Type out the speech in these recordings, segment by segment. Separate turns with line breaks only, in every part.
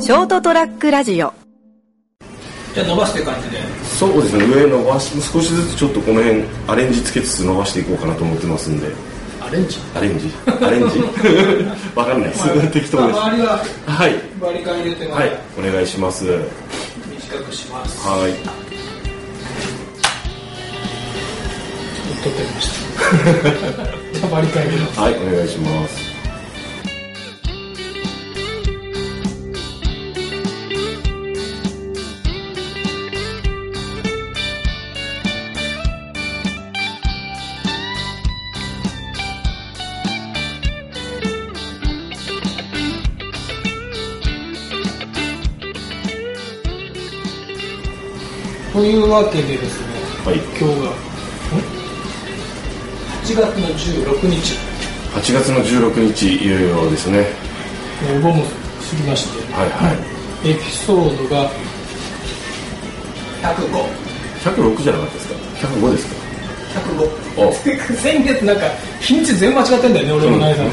ショートトラックラジオ
じゃあ伸ばして感じで
そうですね上伸ばし少しずつちょっとこの辺アレンジつけつつ伸ばしていこうかなと思ってますんで
アレンジ
アレンジアレンジ わかんないです、適当です
まあ周りは
はい
バリカン入れてま
は
す
いお願いしますは
短くします
い
撮ってみました じゃあバリカン入れます
はいお願いします
というわけでですね
はい
今日がん8月の16日
8月の16日いよいよですね
えーお盆も過ぎまして、
はいはい
エピソードが105
106じゃなかったですか105ですかお
105 先月なんか日にち全部間違ってんだよね俺もないさん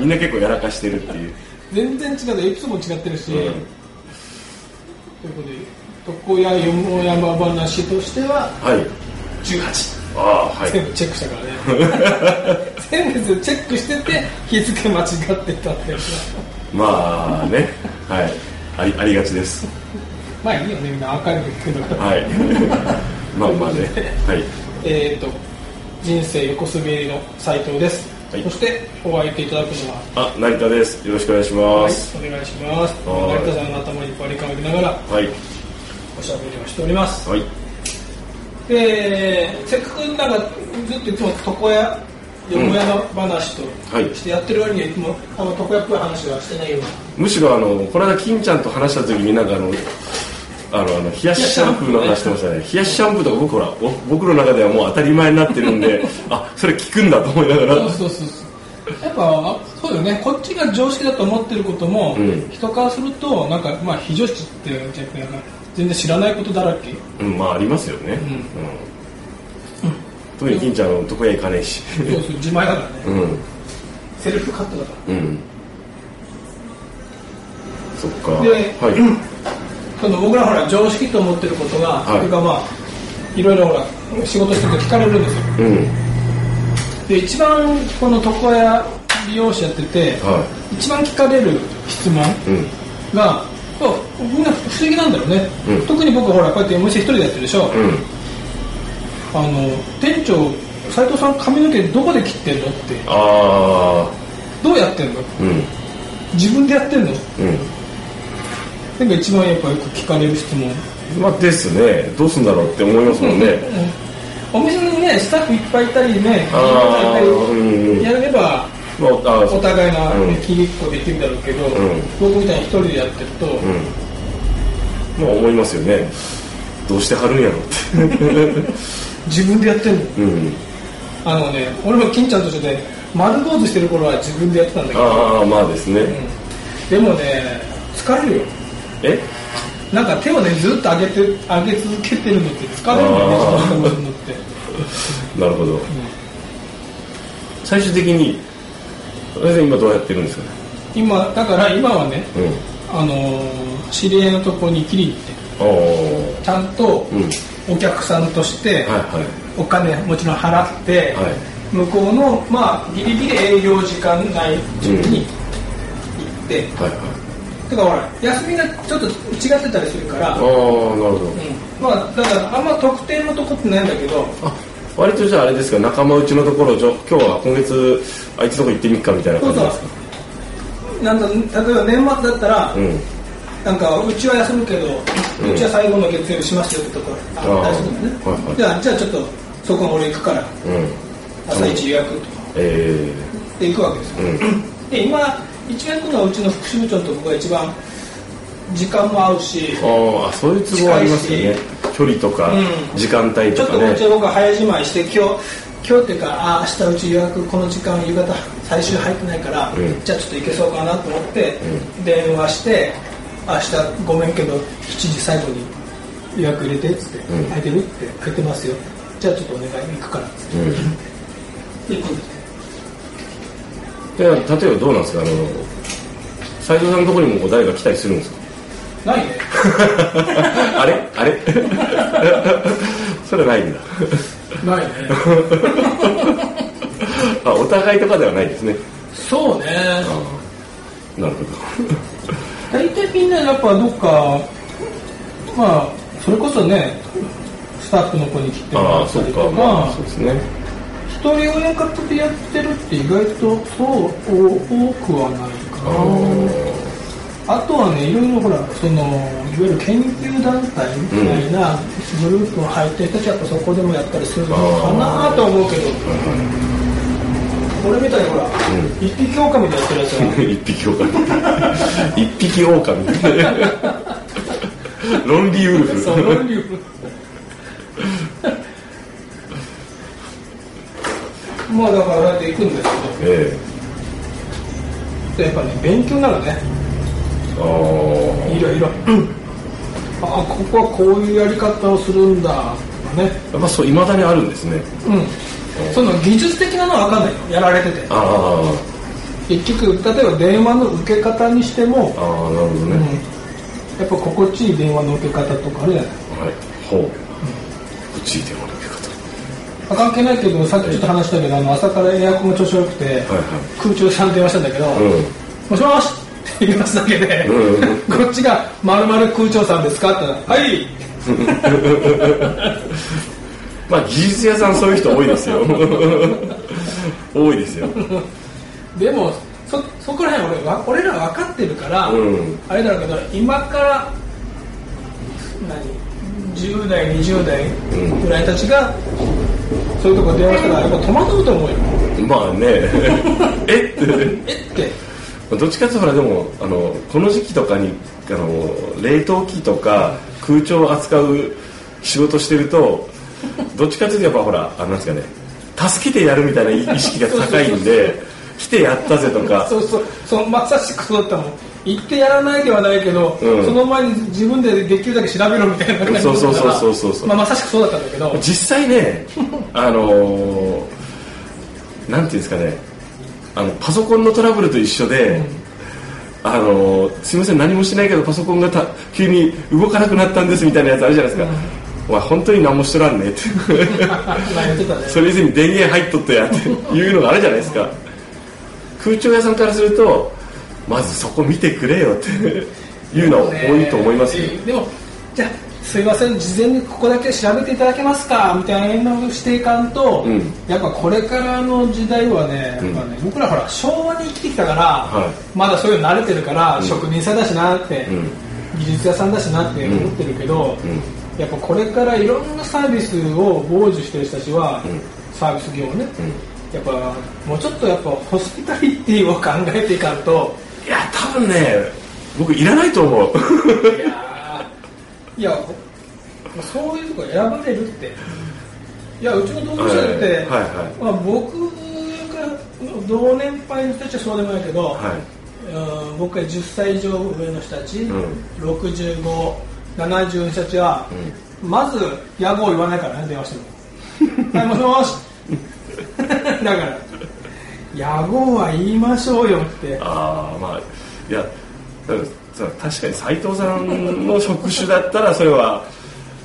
みんな結構やらかしてるっていう、
全然違うエピソードも違ってるし、
うん
ということで床屋よもやま話としては
はい
18
ああはい
全部チェックしたからね先月チェックしてて日付間違ってたってやつだ
まあねはいありありがちです
まあいいよねみんなアーカイブ聞くんだから、
はい まあまあねはい
えっ、と人生横滑りの斉藤です、
はい
そしてお相手いただくのは
あ成田ですよろしくお願いしま
はい
す、
お願いします
はい
成田さんの頭にバリカンを入れながら
はい
おしゃべりをしております
はい
でせっかくなんかずっといつも床屋よもやの話と
はい
してやってる割にはいつもあの床屋っぽい話はしてないような
むしろあのこの間金ちゃんと話した時になんかあのあのあの冷やしシャンプーの話してましたね冷やしシャンプーとか僕らお僕の中ではもう当たり前になってるんであそれ聞くんだと思いながら
そうそうそうそうやっぱそうよねこっちが常識だと思ってることも、
うん
人からするとなんかまあ非常識って言っちゃうけどなんか全然知らないことだらけ
うんまあありますよね、うん
ん
特に金ちゃんは男屋行かねえし
そうそう自前だからね、
うん
セルフカットだか
うんそっか
で
はい、
らその僕らほら常識と思ってることが、
はい
い、というかまあいろいろほら仕事してると聞かれるんですよ
うん
で一番この床屋美容師やってて、
は
一番聞かれる質問
いうん
が、そうみんな不思議なんだよね、
うん
特に僕ほらこうやってお店一人でやってるでしょ、
うん
あの店長斉藤さん髪の毛どこで切ってんのって
ああ
どうやってんの
うん
自分でやってんの
う
なんか一番やっぱよく聞かれる質問
んまあですねどうすんだろうって思いますもんね
お店にねスタッフいっぱいいたりね
あー
いっぱい
うんうん
いたりやれば
まああ
お互いが
うん、
切りっこできるだろうけど、
ん
僕みたいに一人でやってると、
うん、まあ思いますよねどうしてはるんやろって
自分でやってんの
うん
あのね俺も金ちゃんと一緒で丸坊主してる頃は自分でやってたんだけど
ああまあですね、
でもね疲れるよ
え
なんか手をねずっと上げて上げ続けてるのって疲れるんだよね
あー
自分でやるのって
なるほど、最終的に先生今どうやってるんですかね
今だから今はね
うん
あのー知り合いのとこに切りに行って
ああ
ちゃんと
うん
お客さんとして
はいはい
お金もちろん払って、
はい
向こうのまあギリギリ営業時間内に行って、
はいは
だ
い
からほら休みがちょっと違ってたりするから、
ああなるほど
うんまあだからあんま特定のとこってないんだけど
あ割とじゃああれですか仲間内のところじゃ今日は今月あいつとこ行ってみっかみたいな
そ
感
う
じですか
そうなんだ例えば年末だったら、
うん
なんかうちは休むけど、う
うん
ちは最後の月曜日しますよってとこあ
あ
大丈
ー
夫だね、
はいはい
じゃあじゃあちょっとそこ俺行くから
うん
朝一予約とか
え
で行くわけですよ
え、う
で
ん
今一番行くのはうちの副支部長のとこが一番時間も合うし
ああそういう都合ありますよね距離とか、
うん
時間帯
ちょ
と
っ
か
とこっ
ね
ちは僕は早じまいして今日今日っていうかあー明日うち予約この時間夕方最終入ってないから、
うん
じゃあちょっと行けそうかなと思って、電話して明日ごめんけど7時最後に予約入れてっつって、
ん
空いてるって空いてますよじゃあちょっとお願い行くからっつって
うん
行くんですよ
で例えばどうなんですかあの斎藤さんのところにも誰か来たりするんですか
ないね
あれあれ それはないんだ
ないね
あお互いとかではないですね
そうね
なるほ
大体みんなやっぱどっかまあそれこそねスタッフの子に来て
ど
も
あ
ら
あ
っ
そ
た
う
り
か
と
まあ
か
そうですね
一人親方でやってるって意外とそうお多くはないかなあとはね、いろいろほら、そのいわゆる研究団体みたいなグループを入ってる人たちはやっぱそこでもやったりするのかなとは思うけど、俺みたいにほら、一匹狼でやってるやつは、
一匹狼 一匹狼 ロンリーウルフ
その理由 まあだから、やっていくんです
え
けど、やっぱね、勉強になるね、
え
い
あ
ろいろ、ああ、ここはこういうやり方をするんだとかね。
あやっぱそういまだにあるんですね
うん、その技術的なのは分かんないよやられてて
あ
結局例えば電話の受け方にしても
あ、ああなるほどね、
うん、やっぱ心地いい電話の受け方とかあるじゃない
はいほう、こっちでもらう
あ関係ないけどさっきちょっと話したけどあの朝からエアコンが調子悪くて、
方はい
空調さんと電話したんだけど「
はいうん
もしもし」って言いますだけで、
うん
こっちが「まるまる空調さんですか?」って言ったら「はい」
まあ技術屋さんそういう人多いですよ 多いですよ
でもそそこら辺俺は俺ら分かってるから、
うん
あれだろうけど今から何10代20代
ん
ぐらいたちが、そういうとこ電話したらやっぱ戸惑うと思うよ
まあね えって
えって
どっちかっていうとほらでもあのこの時期とかにあの冷凍機とか空調を扱う仕事してるとどっちかっていうとやっぱほらあのなんですかね助けてやるみたいな意識が高いん で来てやったぜとか
そうそうそうまさしくそうだったもん言ってやらないではないけど、
うん
その前に自分でできるだけ調べろみたいな感じ
そうそうそうそうそうそう
まあ、まさしくそうだったんだけど
実際 ねあのーなんていうんですかねあのパソコンのトラブルと一緒で、あのーすいません何もしないけどパソコンがた急に動かなくなったんですみたいなやつあるじゃないですか、お前本当に何もしとらんねって
まあ言ってたね
それ以前に電源入っとったやっていうのがあるじゃないですか空調屋さんからするとまずそこ見てくれよっていうのは多いと思いますよ、
でもじゃあすいません事前にここだけ調べていただけますかみたいなのをしていかんと、
うん
やっぱこれからの時代はねやっぱね、僕らほら昭和に生きてきたから、
は
まだそういうの慣れてるから、職人さんだしなって、
ん
技術屋さんだしなって思ってるけど、やっぱこれからいろんなサービスを傍受してる人たちは、サービス業をね、やっぱもうちょっとやっぱホスピタリティを考えていかんと。
いや多分ね僕いらないと 思う
いやーいやそういうとこ選ばれるっていやうちの同級生って、
はいはい
まあ、僕が同年配の人たちはそうでもないけど、
はい
うん僕が10歳以上上の人たち、
ん
6570の人たちは、まず野望言わないからね電話してもはいもしもし だから野望は言いましょうよって
ああまあいやだからさ確かに斎藤さんの職種だったらそれは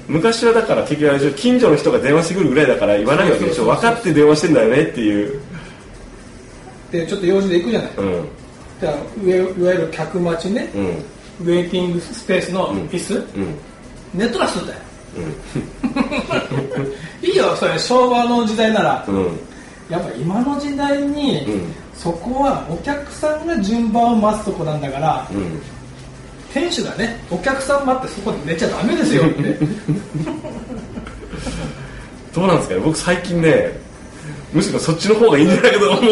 昔はだから結局あれでしょ近所の人が電話してくるぐらいだから言わないわけでしょ分かって電話してんだよねっていう、
でちょっと用事で行くじゃない
うん
じゃあいわいわゆる客待ちね、
うん
ウェイティングスペースの
ん
椅子、
うん、
ネットラスだよ、 いいよそれ昭和の時代なら、
うん、
やっぱ今の時代に、
うん
そこはお客さんが順番を待つとこなんだから、
うん
店主がねお客さん待ってそこで寝ちゃダメですよって
どうなんですかね僕最近ねむしろそっちの方がいいんじゃないかと思う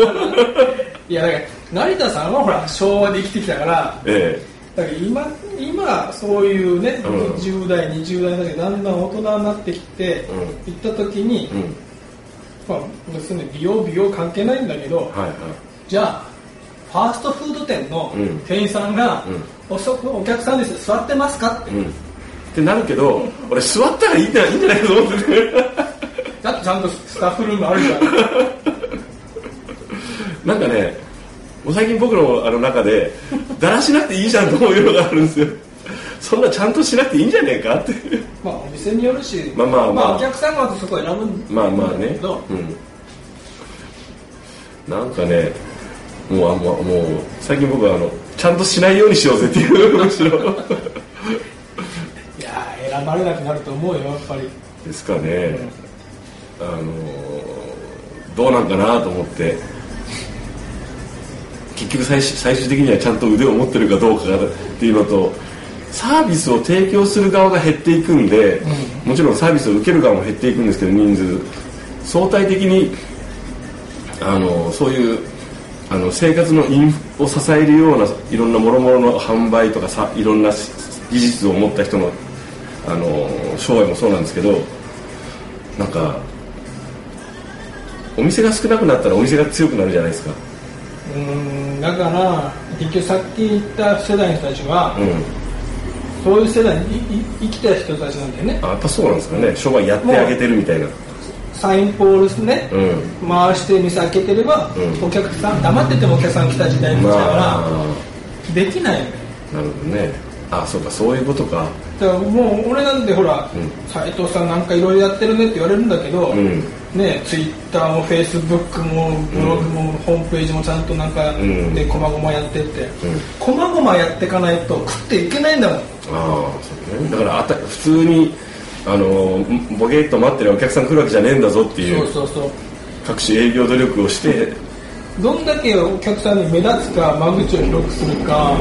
いやだから成田さんはほら昭和で生きてきたから
え
だから今今そういうね、
うん
10代20代だけどだんだん大人になってきて、
うん
行った時に、
えうん
まあ、別に美容美容関係ないんだけど
はいはい
じゃあファーストフード店の
うん
店員さんが
うん
「おそお客さんです座ってますか?」って
うんってなるけど俺座ったらいいんじゃいいんじゃないかと思ってね
だ ってちゃんとスタッフルームあるじゃん
なんかねもう最近僕のあの中でだらしなくていいじゃんと思うのがあるんですよそんなちゃんとしなくていいんじゃねえかっていう
まあお店によるし、
まあまあまあ
お客さんがそこ選ぶんだけど
まあまあね、うん、なんかねもうあもうもう最近僕はあのちゃんとしないようにしようぜっていうむしろ
いやー選ばれなくなると思うよやっぱり
ですかねあのどうなんかなと思って結局最終最終的にはちゃんと腕を持ってるかどうかがっていうのとサービスを提供する側が減っていくんで、もちろんサービスを受ける側も減っていくんですけど人数相対的にあのそういうあの生活のインフを支えるようないろんな諸々の販売とかさいろんなし技術を持った人のあの商売もそうなんですけどなんかお店が少なくなったらお店が強くなるじゃないですか、
うーんだから結局さっき言った世代の人たちは、
うん、
そういう世代にいい生きた人たちなんだよね
あやっぱそうなんですかね商売やってあげてるみたいな
サインポールスね、
うん
回して店開けてれば、
うん
お客さん黙っててもお客さん来た時代に来ち
ま
ゃうか
あ
らできないよね
なるほどねあそうかそういうことか
だからもう俺なんてほら
うん
斎、斉藤さんなんかいろいろやってるねって言われるんだけど、
うん
ねツイッターもフェイスブックもブログも、ホームページもちゃんとなんか
うん
でこまごまやってって
ん
こまごまやっていかないと食っていけないんだもん
ああそうねだからあた普通にあのんボケっと待ってるお客さん来るわけじゃねえんだぞってい
そううそうそう
各種営業努力をして
どんだけお客さんに目立つか間口を広くするか、だから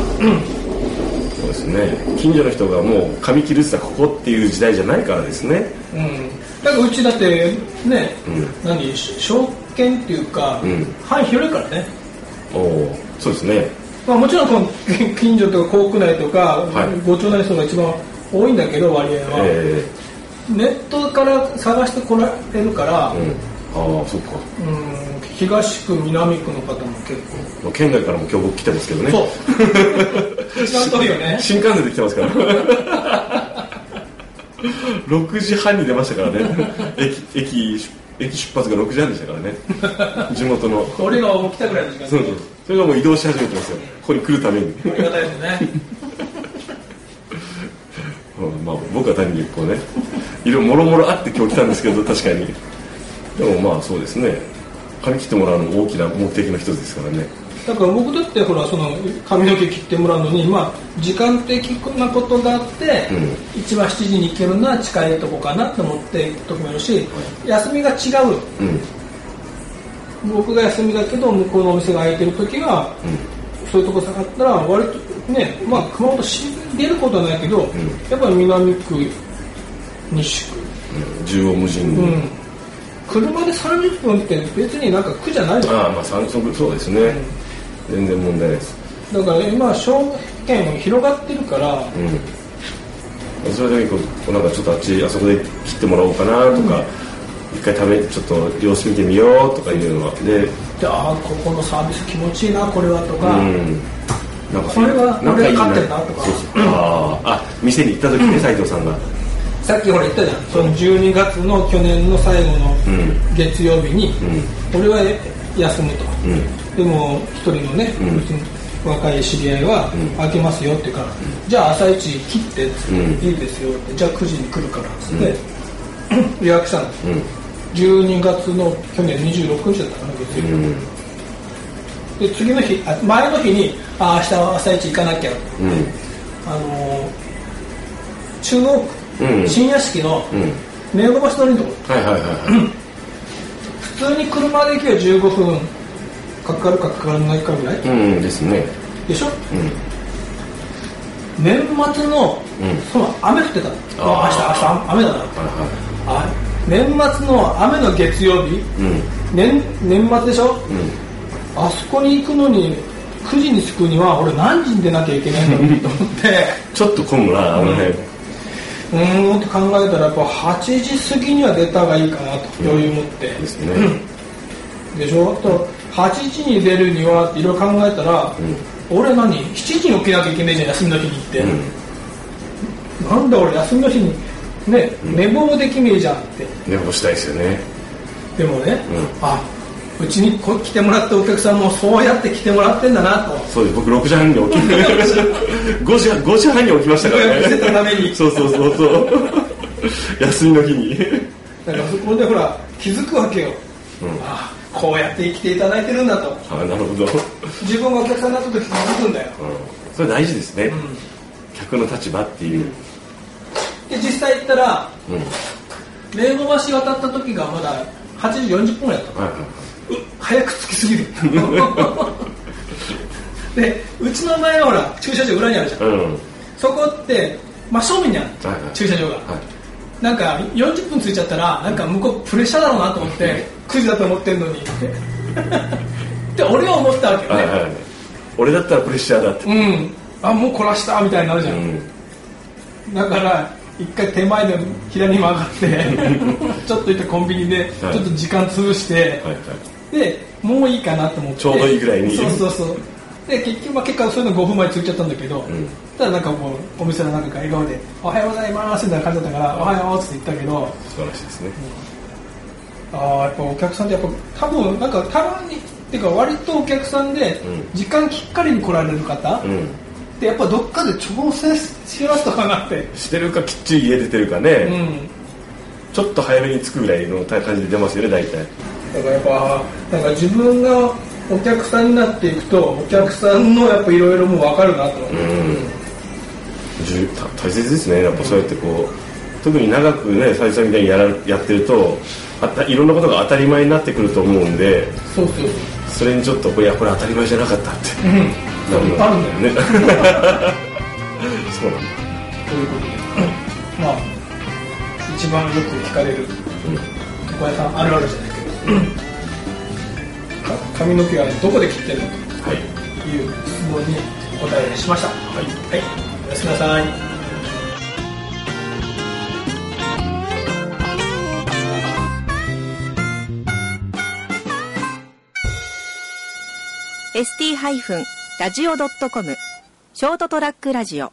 そうですね近所の人がもう髪切るってたらここっていう時代じゃないからですね
うんだからうちだってね、
うん
何し証券っていうか、
うん
範囲広いからね、
おおそうですね
まあ、もちろんこの 近所とか校区内とか、
い
ご町内の人が一番多いんだけど割合は、
え
ネットから探してこられるから、
え
うん
うんああそっか
東区南区の方も結構
まあ県外からも今日僕来てますけどね
そう 一番遠いよね
新幹線で来てますから 6時半に出ましたからね駅駅出駅出発が6時半でしたからね地元の
俺が起きたぐらいの時間
そうそうそれがもう移動し始めてますよここに来るために、
ありがたいですね
うんまあ、僕は単にこうねいろいろもろもろあって今日来たんですけど確かにでもまあそうですね髪切ってもらうのも大きな目的の一つですからね
だから僕だってほらその髪の毛切ってもらうのにまあ時間的なことがあって、
う
一番7時に行けるのは近いとこかなと思って行く時もいるし、休みが違う
うん
僕が休みだけど向こうのお店が開いてる時は、そういうとこ下がったら割とねまあ熊本市出ることはないけど、やっぱり南区西区
縦横無尽に、
うん、車で30分って別になんか苦じゃないの
ああまあ三足そうですね、全然問題ないです
だから今証券広がってるから、
うん、それだけこうなんかちょっとあっちあそこで切ってもらおうかなとか、一回ためちょっと様子見てみようとかいうのはで、
でああここのサービス気持ちいいなこれはと
う
か、
ん、なんか
これは
なんかい
俺
い
が勝ってるなとか
そうそうあーあ店に行った時ね斉藤さんが
さっきほら言ったじゃんその12月の去年の最後の
ん
月曜日に、俺は休むと、
ん
でも一人のね、うちの若い知り合いは開けますよって言うから、じゃあ朝一切ってっつって、
うん
いいですよってじゃあ9時に来るからっつって、予約したの、
うん
12月の去年26日だったかな月曜日、
うん
で次の日あ前の日にあ明日は朝一行かなきゃって
うん
あのー中央区、
うん
新屋敷の
うん
目黒橋通りのとこ
はいはいはいはい
普通に車で行けば15分かかるかかからないかぐらい
うんですね
でしょ
うん
年末の、
うん
その雨降ってたの
あ
あ明日明日雨だな
はいは
あ年末の雨の月曜日、
いうん
年年末でしょ、
うん
あそこに行くのに9時に着くには俺何時に出なきゃいけないのにと思って。
ちょっと混むなあの辺、
うーんって考えたらやっぱ8時過ぎには出た方がいいかなと余裕持って、
ですね、
でしょと8時に出るにはっていろいろ考えたら、俺何7時に起きなきゃいけないじゃん休みの日にって、なんだ俺休みの日にね寝坊もできねえじゃんって
寝坊したいですよね
でもね、あうちにこ来てもらったお客さんもそうやって来てもらってんだなと
そうです僕6時半に起きて 5, 時5時半に起きましたから
予約してたため
ね
に
そうそうそうそう休みの日に
だからそこでほら気づくわけよ、ああこうやって生きていただいてるんだと
あなるほど、うん、
自分がお客さんになった時気づくんだよ
それ大事ですね、
ん
客の立場っていう、
で実際行ったら
うんはい
冷房橋渡った時がまだ8時40分ぐらいだったの
はいはいう
早く着きすぎる でうちの前はほら駐車場裏にあるじゃん、
うん
そこって真正面にある、
はいはい
駐車場が、
はい
なんか40分着いちゃったらなんか向こうプレッシャーだろうなと思って9時だと思ってんのに って俺は思ったわけよ
は
ね、
いはい俺だったらプレッシャーだって、
うんあもう凝らしたみたいになるじゃん、
うん
だから一回手前で左に曲がって ちょっと行ってコンビニでちょっと時間潰して、
はいはい
でもういいかなと思って
ちょうどいいぐらいに
そうそうそうで結局、まあ、結果そういうの5分前に着いちゃったんだけど、
ん
ただなんかもうお店の中から笑顔で「おはようございます」みたいな感じだったから「おはよう」って言ったけど
素晴らしいですね、
ああやっぱお客さんってやっぱ多分なんかたまにっていうか割とお客さんで
うん
時間きっかりに来られる方、っ
うん
てやっぱどっかで調整しようとかなって
してるかきっちり家出てるかね、
うん
ちょっと早めに着くぐらいの感じで出ますよね大体
だからやっぱなんか自分がお客さんになっていくとお客さんのやっぱいろいろもう分かるなと思って、
じゅた大切ですねやっぱそうやってこう、特に長くね最初みたいにやらやってるとあったいろんなことが当たり前になってくると思うんで
そうそうそう
それにちょっとこれいやこれ当たり前じゃなかったって、
ん
な
あるん
ね そう
というこ
なんだ
とで、まあ、一番よく聞かれる床屋さんあるあるじゃないけど、か髪の毛はどこで切ってるの
はい
という質問にお答えしました。は
はい
い、おやすみなさい。
ST-radio.com ショートトラックラジオ